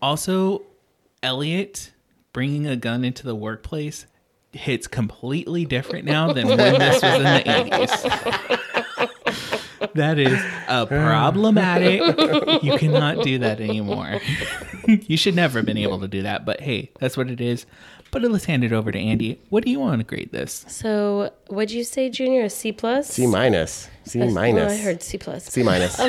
Also, Elliot bringing a gun into the workplace hits completely different now than when this was in the 80s. that is a problematic. You cannot do that anymore. you should never have been able to do that, but hey, that's what it is. But let's hand it over to Andy. What do you want to grade this? So, what'd you say, Junior? A C plus? C minus. C minus. Oh, I heard Um, C plus. C minus.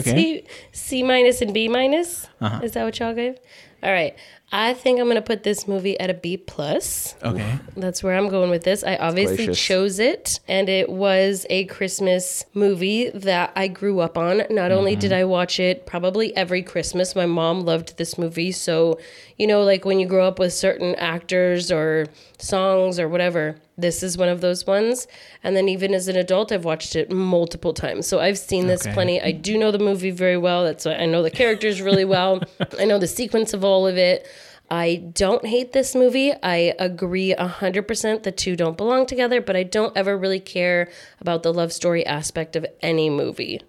C, C minus and B minus. Uh-huh. Is that what y'all gave? All right. I think I'm gonna put this movie at a B plus. Okay. That's where I'm going with this. I obviously Gracious. chose it, and it was a Christmas movie that I grew up on. Not only did I watch it probably every Christmas, my mom loved this movie. So, you know, like when you grow up with certain actors or songs or whatever, this is one of those ones. And then even as an adult, I've watched it multiple times. So I've seen this Okay. plenty. I do know the movie very well. That's why I know the characters really well, I know the sequence of all of it. I don't hate this movie. I agree 100% the two don't belong together, but I don't ever really care about the love story aspect of any movie.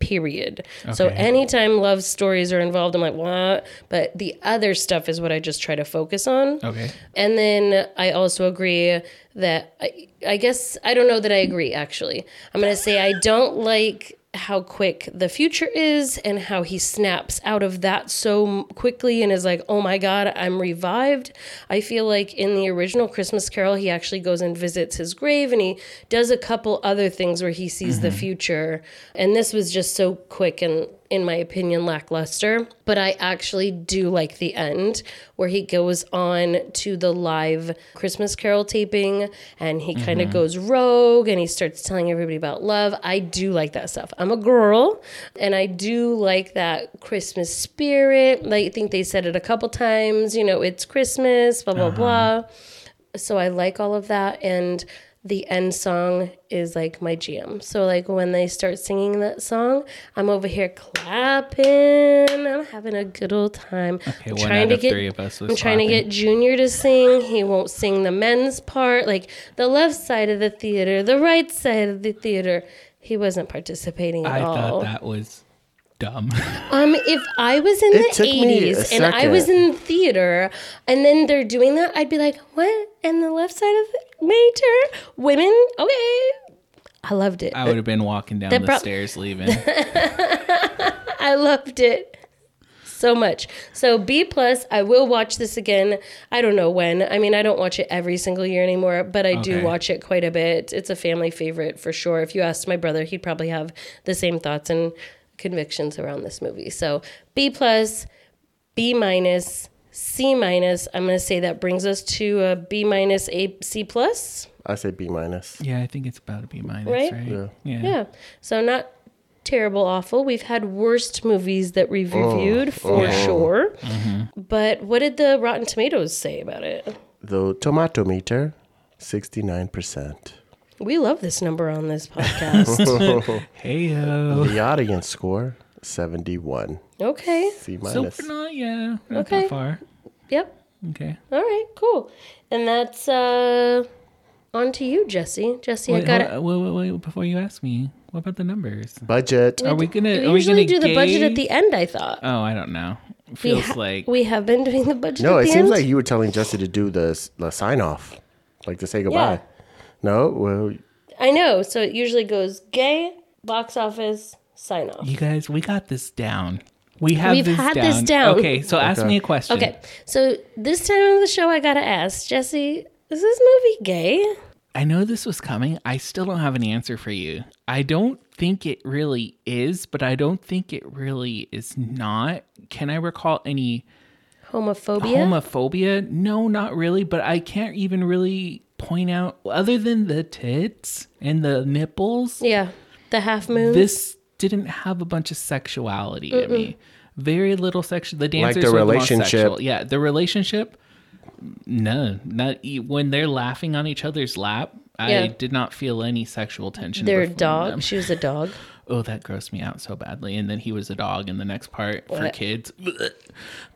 Period. So Okay. anytime love stories are involved, I'm like, what? But the other stuff is what I just try to focus on. Okay. And then I also agree that I, I guess I don't know that I agree actually. I'm going to say I don't like how quick the future is and how he snaps out of that so m- quickly and is like, "Oh my god, I'm revived." I feel like in the original Christmas Carol, he actually goes and visits his grave and he does a couple other things where he sees the future. And this was just so quick and in my opinion, lackluster, but I actually do like the end where he goes on to the live Christmas Carol taping and he kind of goes rogue and he starts telling everybody about love. I do like that stuff. I'm a girl and I do like that Christmas spirit. Like, I think they said it a couple times, you know, it's Christmas, blah, blah, blah. So I like all of that. And the end song is like my jam. So like when they start singing that song, I'm over here clapping. I'm having a good old time. Okay, I'm one out of three of us was I'm trying to clapping. get Junior to sing. He won't sing the men's part, like the left side of the theater, the right side of the theater. He wasn't participating at I all. thought that was dumb. Um, if I was in It the took me a eighties and I was second. in theater, and then they're doing that, I'd be like, "What?" And the left side of the major women, okay. I loved it. I would have been walking down the That prob- stairs leaving. I loved it so much. So B plus, I will watch this again. I don't know when. I mean, I don't watch it every single year anymore, but I do Okay. watch it quite a bit. It's a family favorite for sure. If you asked my brother, he'd probably have the same thoughts and convictions around this movie. So B plus, B minus, C minus. I'm gonna say that brings us to a B minus, A C plus. I say B minus. Yeah, I think it's about to be minus, Right? right? Yeah. Yeah. So not terrible, awful. We've had worst movies that we've reviewed for sure. Mm-hmm. But what did the Rotten Tomatoes say about it? The tomato meter, 69%. We love this number on this podcast. Heyo. The audience score, 71. okay. C So minus. we're not, yeah, we're not Okay. that far. Yep. Okay. All right. Cool. And that's uh on to you, Jesse. Jesse, I Wait, got got it. wait, wait, wait, before you ask me, what about the numbers? Budget. Are we gonna? We are usually we do gonna the budget at gauge- the end, I thought. Oh, I don't know. It We, feels ha- like we have been doing the budget No, at it the seems end. like you were telling Jesse to do the, s- the sign off, like to say goodbye. Yeah. No, well, I know. So it usually goes gay, box office, sign off. you guys. We got this down. We have. We've this had down. this down. Okay, so ask me a question. Okay, so this time of the show, I gotta ask Jesse: Is this movie gay? I know this was coming. I still don't have an answer for you. I don't think it really is, but I don't think it really is not. Can I recall any Homophobia? homophobia? No, not really, but I can't even really point out other than the tits and the nipples. yeah, the half moon. This didn't have a bunch of sexuality to me. Very little sexual. The dancers the were the most relationship. sexual. Yeah, the relationship. No, not e- when they're laughing on each other's lap. Yeah. I did not feel any sexual tension. their between dog. them. She was a dog. Oh, that grossed me out so badly. And then he was a dog in the next part for Blech. kids. Blech.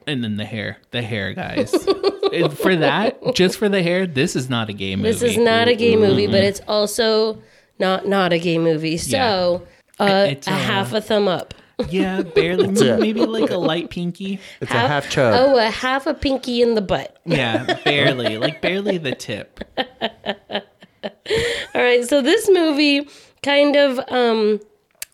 And then the hair, the hair, guys. And for that, just for the hair, this is not a gay movie. This is not a Mm-hmm. gay movie, but it's also not not a gay movie. So uh, It's a a- half a thumb up. Yeah, barely. Maybe like a light pinky. it's a half chub. Oh, a half a pinky in the butt. Yeah, barely. Like barely the tip. All right, so this movie kind of um,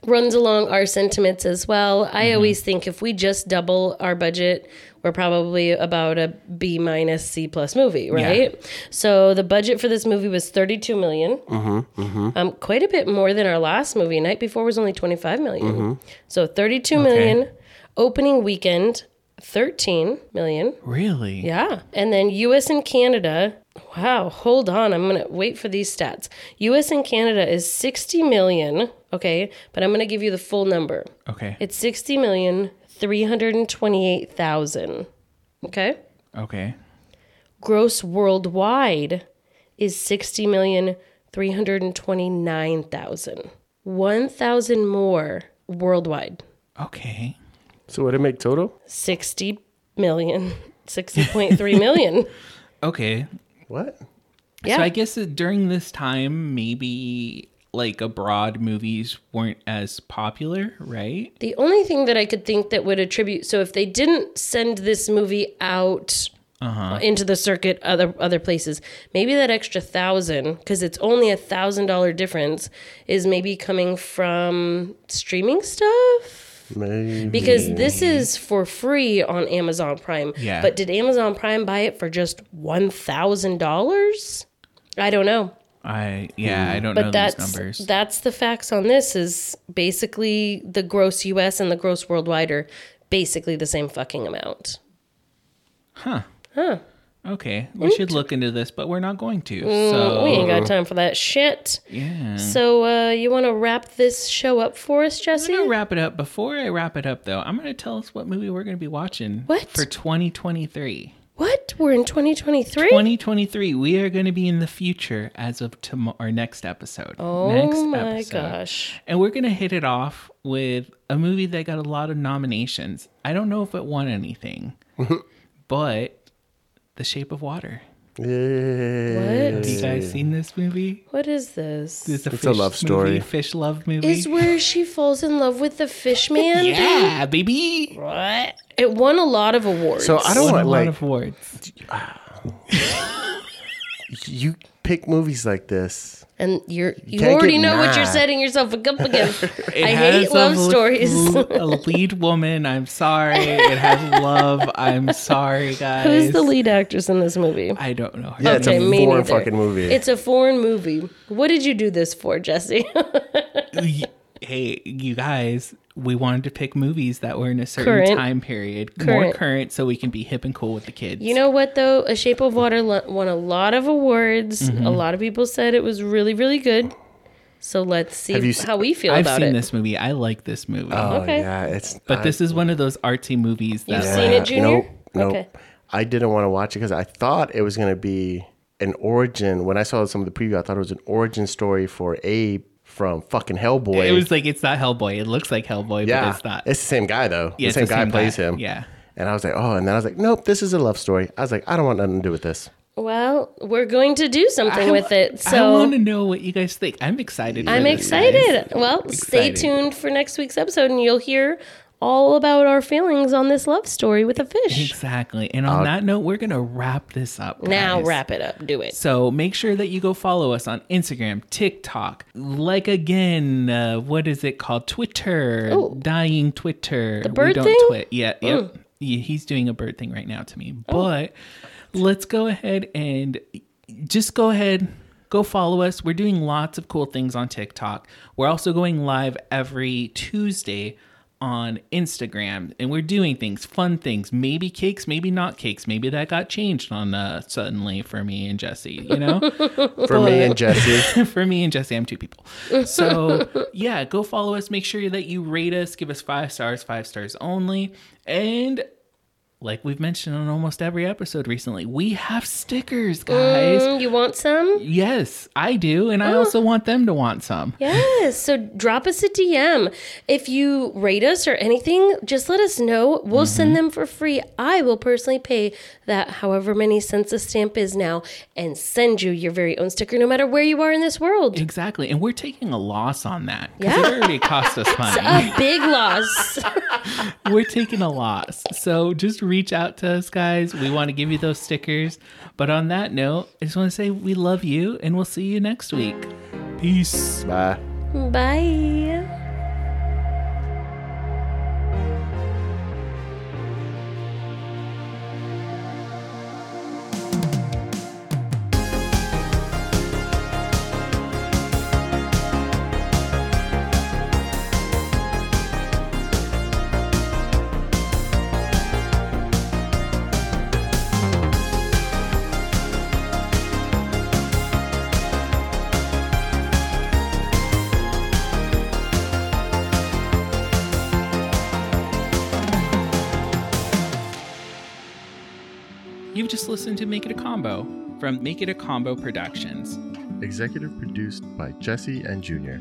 runs along our sentiments as well. I always think if we just double our budget, we're probably about a B minus C plus movie, right? So the budget for this movie was thirty two Um, quite a bit more than our last movie. Night before was only twenty five So thirty two million. Opening weekend, thirteen million. Really? Yeah. And then US and Canada. Wow, hold on. I'm going to wait for these stats. US and Canada is 60 million, okay? But I'm going to give you the full number. Okay. It's 60 million 328,000. Okay? okay. Gross worldwide is 60 million 329,000. 1,000 more worldwide. Okay. so what did it make total? 60 million 60.3 million. Okay. What? Yeah. So I guess that during this time, maybe like abroad movies weren't as popular, right? The only thing that I could think that would attribute so if they didn't send this movie out uh, into the circuit other other places, maybe that extra thousand because it's only a thousand dollar difference is maybe coming from streaming stuff Maybe. because this is for free on Amazon Prime. Yeah. But did Amazon Prime buy it for just one thousand dollars? I don't know I yeah, I don't know but these that's numbers. that's the facts on this is basically the gross US and the gross worldwide are basically the same fucking amount. okay. We should look into this, but we're not going to. So Mm, We ain't got time for that shit. yeah. So uh, you want to wrap this show up for us, Jesse? I'm gonna wrap it up. Before I wrap it up, though, I'm gonna tell us what movie we're gonna be watching What? for 2023. What? We're in 2023. 2023, we are gonna be in the future as of tomorrow, our next episode. oh next my gosh! And we're going to hit it off with a movie that got a lot of nominations. I don't know if it won anything, but The Shape of Water. Yeah. What? Have you guys seen this movie? What is this? It's a, It's a love story. movie, fish love movie. Is where she falls in love with the fish man? yeah, baby. What? It won a lot of awards. So I don't Won a want lot like of awards. you pick movies like this. And you're you can't already get know what you're mad. setting yourself up against. It I hate has love a l- stories. l- a lead woman. I'm sorry. It has love. I'm sorry, guys. Who's the lead actress in this movie? I don't know. Her Yeah, it's a Okay, me foreign neither. fucking movie. It's a foreign movie. What did you do this for, Jesse? Y- hey, you guys, we wanted to pick movies that were in a certain Current. time period, more Current. current, so we can be hip and cool with the kids. you know what though? A Shape of Water lo- won a lot of awards. Mm-hmm. A lot of people said it was really, really good. So let's see Have you se- how we feel I've about seen it. this movie. I like this movie, Oh, Okay. yeah, it's but I- this is one of those artsy movies that You've seen it, Junior? Nope, nope. Okay. I didn't want to watch it because I thought it was going to be an origin. When I saw some of the preview, I thought it was an origin story for Abe from fucking Hellboy. it was like it's not Hellboy. It looks like Hellboy, yeah, but it's not. the same guy though. Yeah, the it's same guy plays guy. him. Yeah. And I was like, oh, and then I was like, nope, this is a love story. I was like, I don't want nothing to do with this. Well, we're going to do something I with wa- it. I want to So know what you guys think. I'm excited. for I'm this, guys. excited. Well, stay Exciting. tuned for next week's episode and you'll hear all about our feelings on this love story with a fish. Exactly. And on that note, we're gonna wrap this up. Now guys. wrap it up. Do it. So make sure that you go follow us on Instagram, TikTok, like again, uh, what is it called? Twitter, Oh. dying Twitter. The bird we don't thing? Oh. Twit. Yeah, yep. Yeah, he's doing a bird thing right now to me. But let's go ahead and just go ahead. Go follow us. We're doing lots of cool things on TikTok. We're also going live every Tuesday on Instagram, and we're doing things, fun things, maybe cakes, maybe not cakes. Maybe that got changed on uh, suddenly for me and Jesse. You know, For me and Jesse, for me and Jesse, I'm two people. So yeah, go follow us. Make sure that you rate us, give us five stars, five stars only. And like we've mentioned on almost every episode recently, we have stickers, guys. Mm, you want some? Yes, I do, and I also want them to want some. Yes. So drop us a DM. If you rate us or anything, just let us know. We'll send them for free. I will personally pay that however many cents a stamp is now and send you your very own sticker no matter where you are in this world. Exactly, and we're taking a loss on that because Yeah. it already cost us money. A big loss. we're taking a loss. So just reach out to us, guys. We want to give you those stickers. But on that note, I just want to say we love you and we'll see you next week. Peace. bye. Bye. You've just listened to Make It a Combo from Make It a Combo Productions. Executive produced by Jesse and Junior.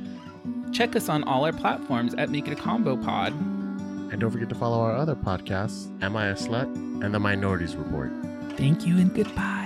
Check us on all our platforms at Make It a Combo Pod. And don't forget to follow our other podcasts, Am I a Slut? and The Minorities Report. Thank you and goodbye.